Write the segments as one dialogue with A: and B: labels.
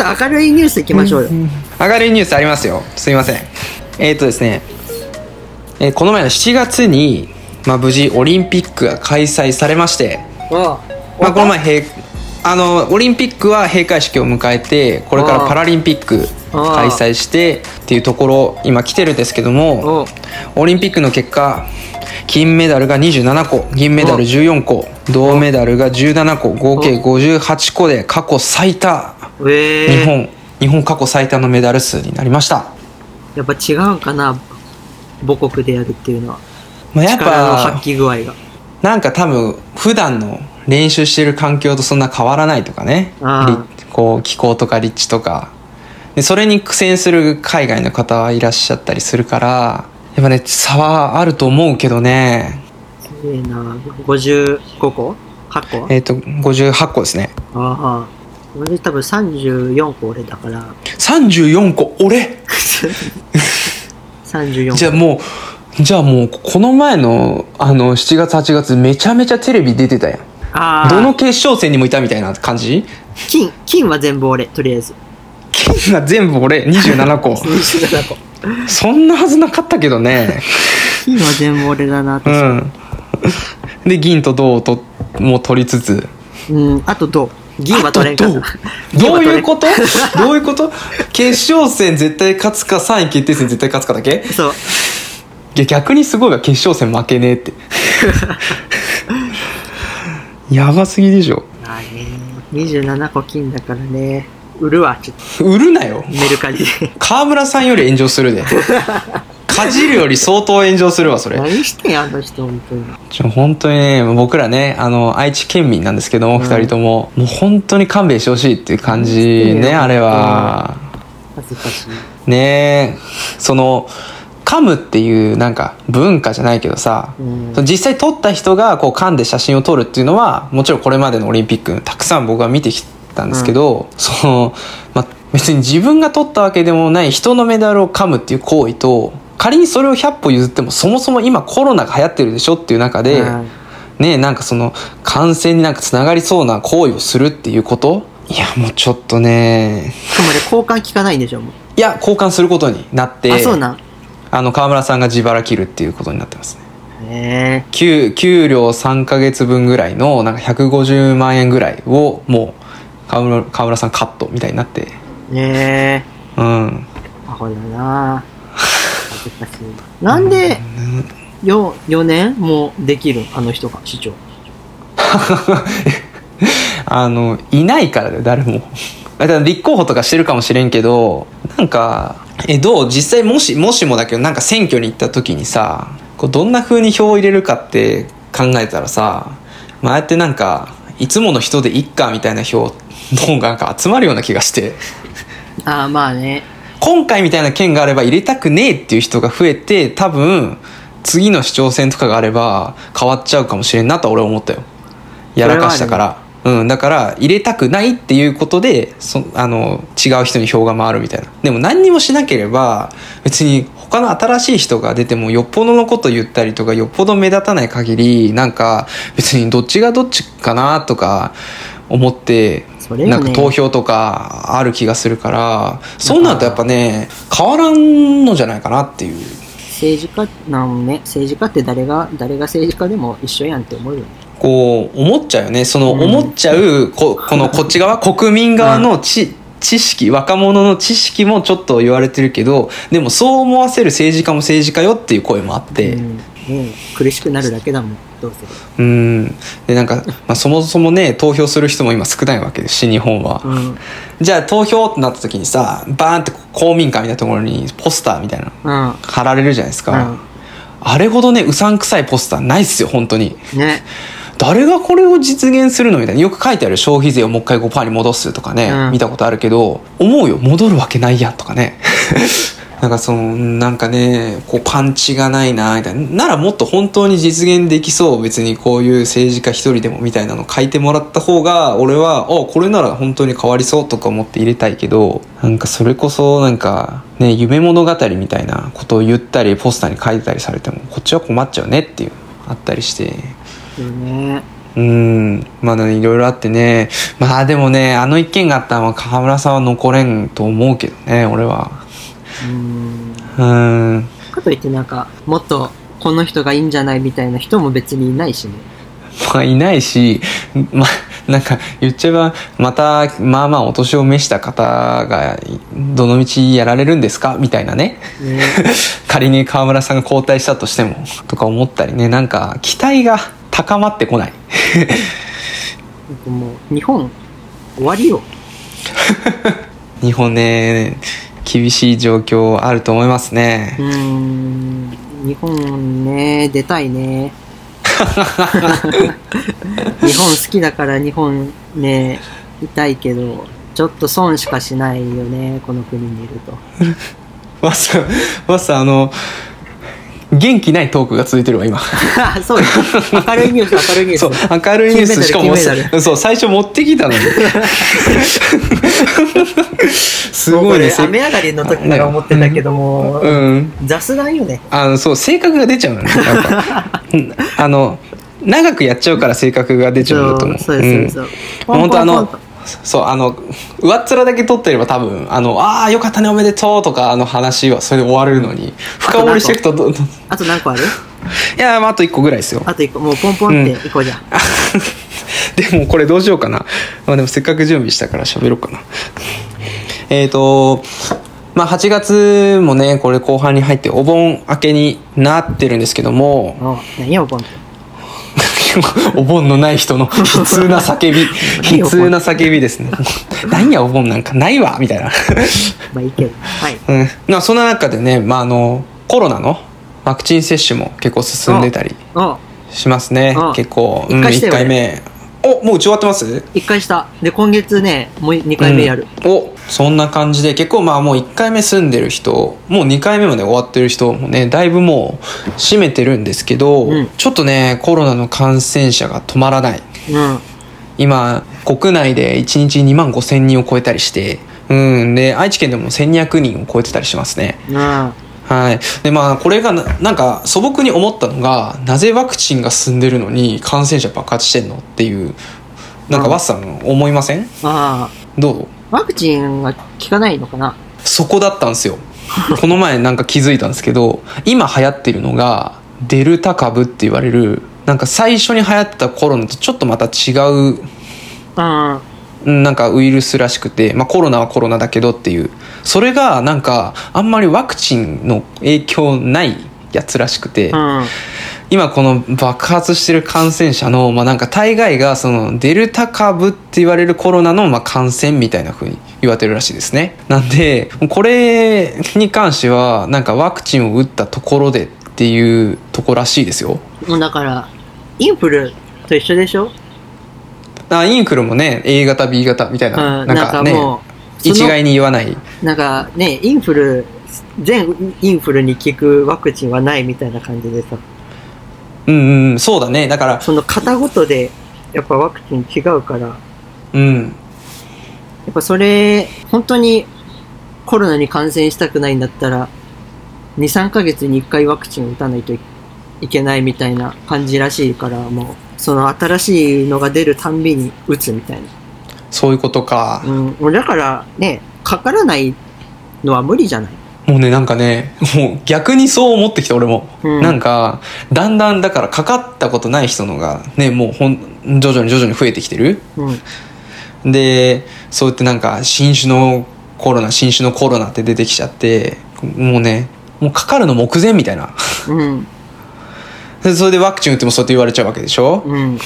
A: あ明るいニュースいきましょうよ、
B: 明るいニュースありますよすいませんえっ、とですね、えーこの前の7月に、まあ、無事オリンピックが開催されまして、
A: ああ
B: まあ、この前閉あのオリンピックは閉会式を迎えてこれか
A: あ
B: ら
A: あ
B: パラリンピック
A: ああ
B: 開催してっていうところ今来てるんですけど
A: お
B: もオリンピックの結果金メダルが27個銀メダル14個銅メダルが17個合計58個で過去最多
A: ええ
B: 日本日本過去最多のメダル数になりました。
A: やっぱ違うんかな母国でやるっていうのは
B: まあ、やっ
A: 力の
B: ぱ
A: 発揮具合が
B: なんか多分普段の練習してる環境とそんな変わらないとかね
A: あ
B: りこう気候とか立地とかでそれに苦戦する海外の方はいらっしゃったりするからやっぱね差はあると思うけどね
A: すげえな55個 ?8 個
B: えっ、と58個ですね
A: ああ俺多分34個俺だから
B: 34個俺
A: 34個
B: じゃあもうじゃあもうこの前のあの7月8月めちゃめちゃテレビ出てたやん
A: ああ
B: どの決勝戦にもいたみたいな感じ
A: 金金は全部俺とりあえず
B: 金が全部俺27個
A: 27個
B: そんなはずなかったけどね。
A: 金は全部俺だな
B: う
A: と、
B: ん。で、銀と銅をとも取りつつ。
A: うん、あと銅銀は取れん
B: あと
A: か
B: 銅
A: な
B: どういうことどういうこと決勝戦絶対勝つか3位決定戦絶対勝つかだけ
A: そう
B: いや逆にすごいわ決勝戦負けねえって。 やばすぎでしょ。
A: まあね27個金だからね売るわちょっと
B: 売るなよ。
A: メルカリで
B: 河村さんより炎上するで。かじるより相当炎上するわ、それ。
A: 何してんやあの人本当に
B: ちょ本当にね僕らねあの愛知県民なんですけども、
A: ん
B: 二人とももう本当に勘弁してほしいっていう感じ
A: うん
B: ねあれは、
A: 恥ずかしい
B: ねえその噛むっていうなんか文化じゃないけどさ、
A: うん
B: その実際撮った人がこう噛んで写真を撮るっていうのはもちろんこれまでのオリンピックたくさん僕は見てきたんですけど、その、まあ、別に自分が撮ったわけでもない人のメダルを噛むっていう行為と仮にそれを100歩譲ってもそもそも今コロナが流行ってるでしょっていう中で、
A: うん
B: ねえなんかその感染になんかつながりそうな行為をするっていうこといやもうちょっとね
A: しかも俺交換聞かないんでしょもう、
B: いや交換することになって
A: あそうなん
B: あの川村さんが自腹切るっていうことになってます
A: へえ
B: ね給給料3ヶ月分ぐらいのなんか150万円ぐらいをもう川村川村さんカットみたいになって
A: ねえ
B: うん
A: アホだな恥ずかしいなんで 4, 4年もうできるんあの人が市長
B: あのいないからだよ誰も だから立候補とかしてるかもしれんけどなんかえどう実際もしもしもだけどなんか選挙に行った時にさこうどんな風に票を入れるかって考えたらさ、まあああやってなんかいつもの人でいっかみたいな票の方がなんか集まるような気がして
A: ああまあね
B: 今回みたいな件があれば入れたくねえっていう人が増えて多分次の市長選とかがあれば変わっちゃうかもしれんなとは俺は思ったよやらかしたから、うんだから入れたくないっていうことでそあの違う人に票が回るみたいなでも何にもしなければ別に他の新しい人が出てもよっぽどのこと言ったりとかよっぽど目立たない限りなんか別にどっちがどっちかなとか思って
A: それよね
B: なんか投票とかある気がするからそうなるとやっぱね変わらんのじゃないかなっていう
A: 政治家なんね政治家って誰が誰が政治家でも一緒やんって思うよね
B: こう思っちゃうよねその
A: うん
B: 思っちゃうここのこっち側国民側の知知識若者の知識もちょっと言われてるけどでもそう思わせる政治家も政治家よっていう声もあって。
A: うんねえ苦しくなるだけだもんどうせ
B: うんでなんか、まあ、そもそもね投票する人も今少ないわけですし日本は、
A: うんうん
B: じゃあ投票ってなった時にさバーンって公民館みたいなところにポスターみたいなの
A: う
B: 貼られるじゃないですか、
A: ん
B: あれほどねうさんくさいポスターないっすよ本当に
A: ね
B: 誰がこれを実現するのみたいなよく書いてある消費税をもう一回5%に戻すとかね、
A: うん
B: 見たことあるけど思うよ戻るわけないやんとかね なんかそのなんかねこうパンチがないなみたいなならもっと本当に実現できそう別にこういう政治家一人でもみたいなの書いてもらった方が俺はあこれなら本当に変わりそうとか思って入れたいけどなんかそれこそなんかね夢物語みたいなことを言ったりポスターに書いてたりされてもこっちは困っちゃうねっていうあったりして
A: そうね
B: ううんまあいろいろあってねまあでもねあの一件があったら河村さんは残れんと思うけどね俺は
A: うん。
B: うん
A: かといってなんか、もっとこの人がいいんじゃないみたいな人も別にいないしね。
B: まあいないしまあなんか言っちゃえばまたまあまあお年を召した方がどの道やられるんですかみたいなね
A: ね
B: 仮に河村さんが交代したとしてもとか思ったりねなんか期待が高まってこない
A: なんかもう、日本、終わりよ。
B: 日本ね厳しい状況あると思いますね
A: うーん。日本ね、出たいね。日本好きだから日本ね、いたいけど、ちょっと損しかしないよね、この国にいると。
B: マスターマスターあの元気ないトークが続いてるわ今
A: あそうです。明るいニュース、明るいニュース。
B: そう明るいニュースしかも
A: 金メダル金メダ
B: そう最初持ってきたのにすごいね
A: 僕雨上がりの時から思ってたけども、
B: うん
A: 雑談よね。
B: あのそう性格が出ちゃうのねやっぱ うんあの長くやっちゃうから性格が出ちゃうんだと思う
A: そうです、そうです。
B: うん、本当
A: ポン
B: あ
A: ポンポ
B: の
A: ンと
B: そうあの上っ面だけ取ってれば多分あのああよかったねおめでとうとかあの話はそれで終わるのに深掘りしていくとどんどんい
A: あと何個ある
B: やまああと1個ぐらいですよ
A: あと一個、もうポンポンっていこうじゃん。
B: でもこれどうしようかな。まあでもせっかく準備したから喋ろうかな。えっ、と、まあ8月もね、これ後半に入ってお盆明けになってるんですけども、
A: お何よ、ポンって。
B: お盆のない人の 悲痛な 叫び、悲痛な叫びですね。 何やお盆なんかないわみたいな。
A: まあいいけど。はい。
B: うん。まあそんな中でね、まああの、コロナのワクチン接種も結構進んでたり
A: お
B: しますね
A: うん。
B: 結構、う
A: 一
B: ん、
A: 回して
B: 1
A: よ
B: 回目。お、もう打ち終わってます
A: 一回した。で、今月ね、もう二回目やる。
B: うんおそんな感じで結構まあもう1回目住んでる人もう2回目まで終わってる人もねだいぶもう占めてるんですけど、
A: うん
B: ちょっとねコロナの感染者が止まらない
A: うん。
B: 今国内で1日2万5千人を超えたりしてうんで愛知県でも1200人を超えてたりしますね
A: うん。
B: はいでまあこれがななんか素朴に思ったのがなぜワクチンが進んでるのに感染者爆発してんのっていうなんか
A: うん
B: ワッサン思いません
A: ああ、
B: どう
A: ワクチンが効かないのかな
B: そこだったんですよこの前なんか気づいたんですけど今流行ってるのがデルタ株って言われるなんか最初に流行ってたコロナとちょっとまた違う
A: うん。
B: うんなんかウイルスらしくて、まあ、コロナはコロナだけどっていうそれがなんかあんまりワクチンの影響ないやつらしくて、
A: うん。
B: 今この爆発してる感染者の、まあ、なんか大概がそのデルタ株って言われるコロナのまあ感染みたいな風に言われてるらしいですねなんでこれに関してはなんかワクチンを打ったところでっていうとこらしいですよ
A: もうだから、インフルと一緒でしょ
B: あインフルもね A 型 B 型みたいな、
A: うん。
B: なん
A: なん
B: か
A: か
B: ね
A: もう、
B: 一
A: その
B: 概に言わない
A: なんかね、インフル、全インフルに効くワクチンはないみたいな感じでさ、
B: うんうんそうだねだから
A: その型ごとで、やっぱワクチン違うから、や
B: うん
A: っぱそれ、本当にコロナに感染したくないんだったら、2、3ヶ月に1回ワクチンを打たないといいけないみたいな感じらしいから、もう、その新しいのが出るたんびに打つみたいな。
B: そういうことか
A: うん、もうだからね、かからないのは無理じゃない
B: もうねなんかねもう逆にそう思ってきた俺も、
A: うん
B: なんかだんだんだからかかったことない人のがねもうほん徐々に徐々に増えてきてる
A: うん。
B: でそうやってなんか新種のコロナ新種のコロナって出てきちゃってもうねもうかかるの目前みたいな
A: うん。
B: でそれでワクチン打ってもそうやって言われちゃうわけでしょ、
A: うん。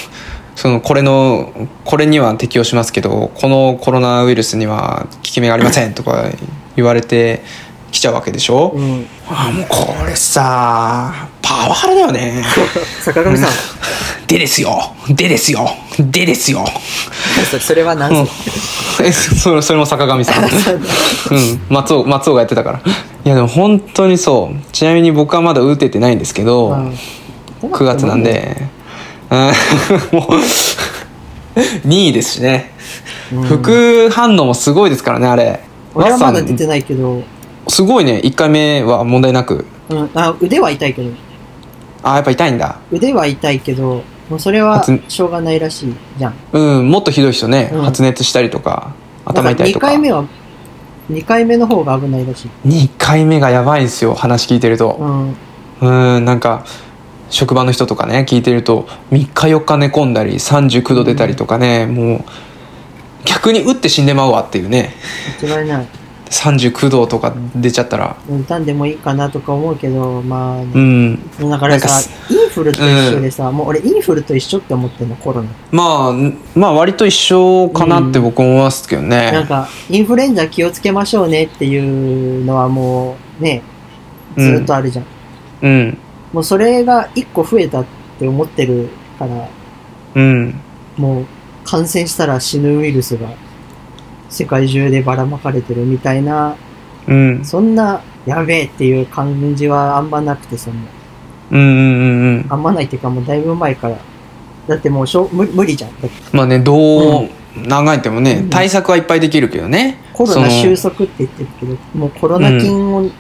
B: そのこれのこれには適用しますけどこのコロナウイルスには効き目がありませんとか言われてきちゃうわけでしょ、
A: うん。
B: あもうこれさパワハラだよね
A: 坂上さん、
B: でですよでですよでですよ、
A: そそれは何
B: うん
A: すか、
B: え それそれも坂上さん、うん、松尾松尾がやってたからいやでも本当にそうちなみに僕はまだ打ててないんですけど、
A: うん
B: 9月なんで、うんもう2位ですしね、
A: うん
B: 副反応もすごいですからねあれ
A: 俺はまだ
B: ワッ
A: 出
B: サ
A: てないけど、
B: ンすごいね1回目は問題なく
A: うん、あ腕は痛いけど
B: あやっぱ痛いんだ
A: 腕は痛いけどもうそれは
B: 発
A: しょうがないらしいじゃん。
B: うん、もっとひどい人ね、
A: うん
B: 発熱したりとか、頭痛いとか。
A: 2回目は、2回目の方が危ないらしい。
B: 二回目がやばいんですよ、話聞いてる
A: う
B: と。
A: ん。
B: うん、なんか、職場の人とかね、聞いてると、3日4日寝込んだり、39度出たりとかね、もう、逆に打って死んでまうわっていうね、
A: 間違いない。
B: 39度とか出ちゃったら、
A: 歌んでもいいかなとか思うけど、まあ、
B: うん、
A: だから
B: なんか
A: さ
B: す、
A: インフルと一緒でさ、もう俺インフルと一緒って思ってんの、コロナ。
B: まあ、まあ割と一緒かなって僕思いますけどね。
A: なんか、インフルエンザ気をつけましょうねっていうのはもう、ね、ずっとあるじゃん。
B: うん、
A: もうそれが一個増えたって思ってるから、
B: うん。
A: もう感染したら死ぬウイルスが世界中でばらまかれてるみたいな、
B: うん。
A: そんなやべえっていう感じはあんまなくてさ、もう
B: うんうんうんうん。
A: あんまないっていうかもうだいぶ前から。だってもうしょ無無理じゃん。だって
B: まあね、どう考えてもね、
A: うん
B: 対策はいっぱいできるけどね。
A: コロナ
B: その
A: 収束って言ってるけど、もうコロナ菌を、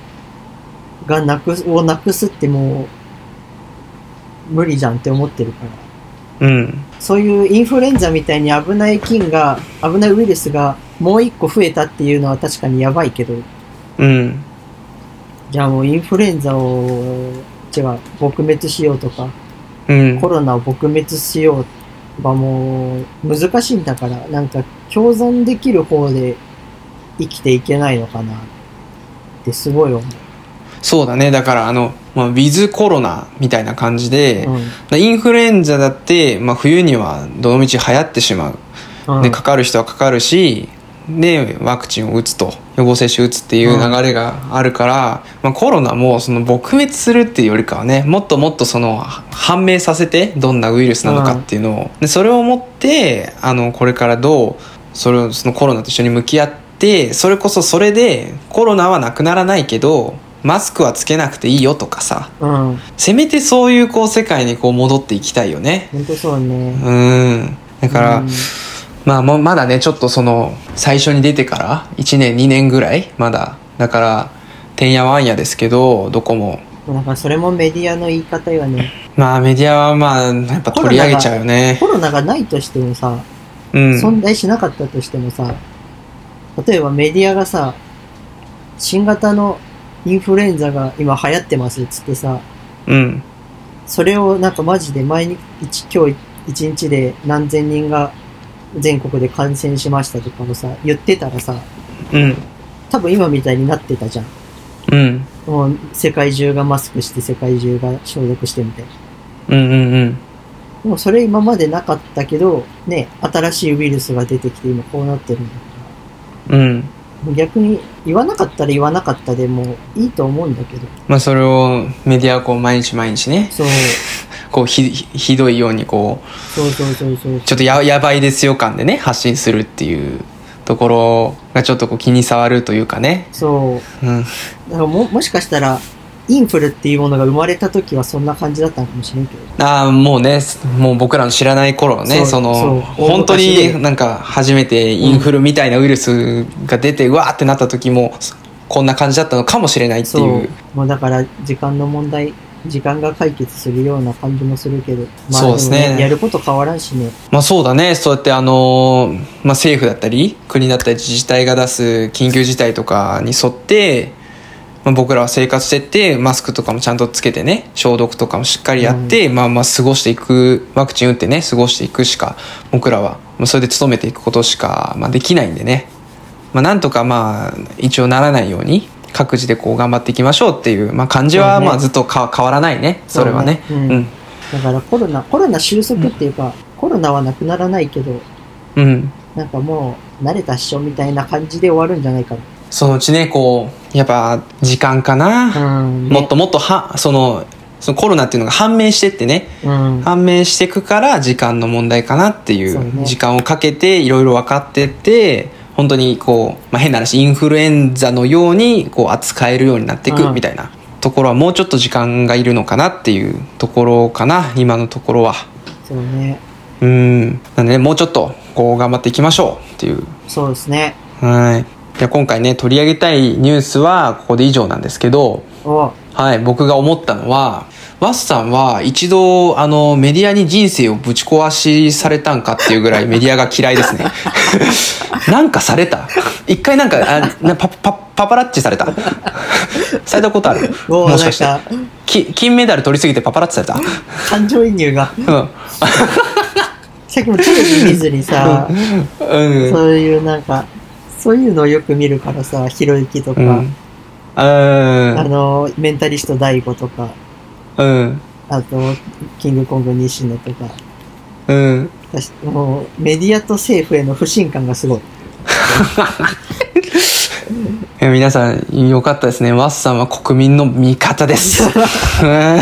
A: がなくす、をなくすってもう、無理じゃんって思ってるから。
B: うん。
A: そういうインフルエンザみたいに危ない菌が、危ないウイルスがもう一個増えたっていうのは確かにやばいけど、
B: うん。
A: じゃあもうインフルエンザを、違う、撲滅しようとか、
B: うん
A: コ。ロナを撲滅しようはもう難しいんだから、なんか共存できる方で生きていけないのかなってすごい思
B: そうだね。だから、あの、まあ、ウィズコロナみたいな感じで、
A: う。
B: インフルエンザだって、まあ、冬にはどの道流行ってしまう。
A: うん。
B: で、かかる人はかかるし、で、ワクチンを打つと、予防接種打つっていう流れがあるから、まあ、コロナもその撲滅するっていうよりかはね、もっともっとその判明させて、どんなウイルスなのかっていうのを、でそれをもって、あの、これからどう、それをそのコロナと一緒に向き合って、それこそそれでコロナはなくならないけど、マスクはつけなくていいよとかさ、
A: うん。うん。
B: せめてそういうこう世界にこう戻っていきたいよね。
A: 本当そう
B: う
A: ね。
B: ん。だから、
A: うん
B: まあもうまだねちょっとその最初に出てから1年2年ぐらいまだだからてんやわんやですけどどこも
A: なんかそれもメディアの言い方よね。
B: まあメディアはまあやっぱ取り上げちゃうよね
A: コロナがないとしてもさ、
B: うん
A: 存在しなかったとしてもさ、例えばメディアがさ、新型のインフルエンザが今流行ってますっつってさ、
B: うん
A: それをなんかマジで毎日、一今日一日で何千人が全国で感染しましたとかもさ、言ってたらさ、
B: うん
A: 多分今みたいになってたじゃん。
B: うん
A: もう世界中がマスクして世界中が消毒してみたいな。
B: うんうんうん
A: でもそれ今までなかったけど、ね、新しいウイルスが出てきて今こうなってるんだから。
B: うん
A: 逆に言わなかったら言わなかったでもいいと思うんだけど
B: まあそれをメディアはこう毎日毎日ね
A: そう
B: こうひひどいようにこう
A: そうそうそうそう
B: ちょっとややばいですよ感でね発信するっていうところがちょっとこう気に障るというかね
A: そう
B: うん
A: だからももしかしたらインフルっていうものが生まれた時はそんな感じだったのかもしれんけど
B: ああもうねもう僕らの知らない頃のね
A: そ
B: そう
A: そう
B: の本当になんか初めてインフルみたいなウイルスが出て、うわーってなった時もこんな感じだったのかもしれないって
A: そ
B: いう
A: うもうだから時間の問題時間が解決するような感じもするけどまあ
B: そうですね
A: もやること変わらんしね
B: まあそうだねそうやってあのーまあ、政府だったり国だったり自治体が出す緊急事態とかに沿って、まあ、僕らは生活してってマスクとかもちゃんとつけてね消毒とかもしっかりやって、まあまあ過ごしていくワクチン打ってね過ごしていくしか僕らはまあそれで努めていくことしか、まあ、できないんでね、まあ、なんとかまあ一応ならないように各自でこう頑張っていきましょうっていう、まあ、感じは
A: そうね
B: まあずっとか変わらないねそれはね。
A: そうねうんだからコロナコロナ収束っていうか、コロナはなくならないけど
B: うん、うん
A: なんかもう慣れたっしょみたいな感じで終わるんじゃないか
B: そのうちねこうやっぱ時間かな、
A: なうんね
B: もっともっとはそのそのコロナっていうのが判明してってね
A: うん
B: 判明していくから時間の問題かなってい
A: そう
B: う
A: ね
B: 時間をかけていろいろ分かってって本当にこう、まあ、変な話インフルエンザのようにこう扱えるようになっていく
A: うん
B: みたいなところはもうちょっと時間がいるのかなっていうところかな今のところは
A: そうね
B: うんなんでねもうちょっとこう頑張っていきましょうっていう
A: そうですね。
B: はい。じゃあ今回ね、取り上げたいニュースはここで以上なんですけど、
A: お、
B: はい、僕が思ったのは、ワスさんは一度、あの、メディアに人生をぶち壊しされたんかっていうぐらいメディアが嫌いです ね。なんかされた一回なんか、あなパパパパラッチされたされたことある
A: おー
B: もしかして
A: なんか
B: き金メダル取りすぎてパパラッチさ れた
A: 感情移入が。
B: うん。
A: さっきもテレビ見ずにさ、
B: うん。
A: そういうなんか、そういうのをよく見るからさ、ひろゆきとか、
B: うん。うん
A: あの、メンタリスト大悟とか、
B: うん。
A: あと、キングコング西野とか、
B: うん。
A: 私もうメディアと政府への不信感がすごい。
B: いや皆さん、よかったですね。ワッサンは国民の味方 です。うん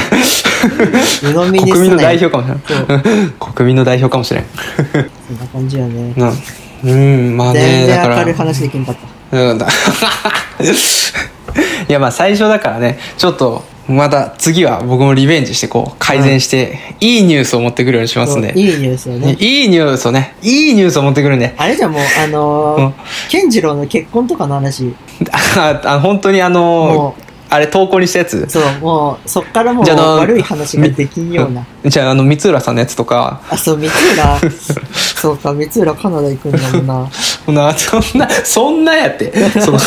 A: 鵜呑みに
B: 国民
A: す
B: の
A: な
B: 代
A: よ。
B: 表かもしれん。 国民の代表かもしれん。
A: そんな感じよね。
B: うん、うん、まあね、
A: 全
B: だか
A: 然
B: ら。
A: 明るい話できんかった。
B: うん だいや、まあ最初だからね、ちょっと、また次は僕もリベンジしてこう、改善して、いいニュースを持ってくるようにしますんで。
A: いいニュースよね。
B: いいニュースをね、いいニュースを持ってくるんで。
A: あれじゃもう、あ
B: う
A: の
B: ん
A: ー、健次郎の結婚とかの話、
B: ああ本当にあ
A: も
B: の
A: う、
B: あれ投稿にしたやつ
A: そう、もう、そっからもう
B: じゃああの
A: 悪い話ができんような。
B: じゃああの光浦さんのやつとか
A: あ、そう、三浦、 そうか、三浦カナダ行くんだもんな。
B: そんなそんなそんなやって その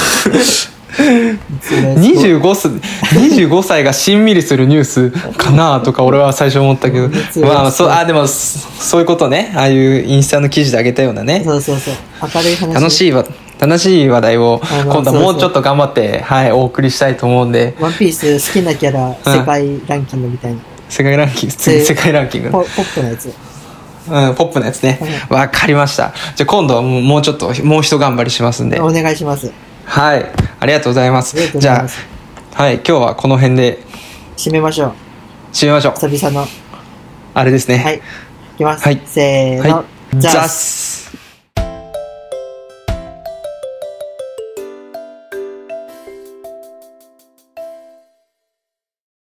A: 三浦
B: 25, 歳25歳がしんみりするニュースかなとか俺は最初思ったけど
A: 光浦さん
B: まあそうあでもそそういうことねああいうインスタの記事であげたようなね
A: そうそうそう。明るい話。
B: 楽しいわ楽しい話題を
A: あの
B: 今
A: そ
B: 度
A: うそ
B: は
A: う
B: もうちょっと頑張ってはいお送りしたいと思うんで
A: ワンピース好きなキャラ、世界ランキングみたいな。
B: 世界ランキング
A: そういう
B: 次世界ランキング
A: ポポップなやつ。
B: うん、ポップなやつね。わかりました。じゃあ今度はもうもうちょっと、もう一頑張りしますんで。
A: お願いします。
B: はい。ありがとうございます
A: ありがと。うご
B: じ
A: ざい
B: ゃ
A: ます
B: あ、はい。今日はこの辺で
A: 締めましょう。
B: 締めましょう。
A: 久々の。
B: あれですね。
A: はい。いきます。
B: はい
A: せーの。
B: はい。ザッス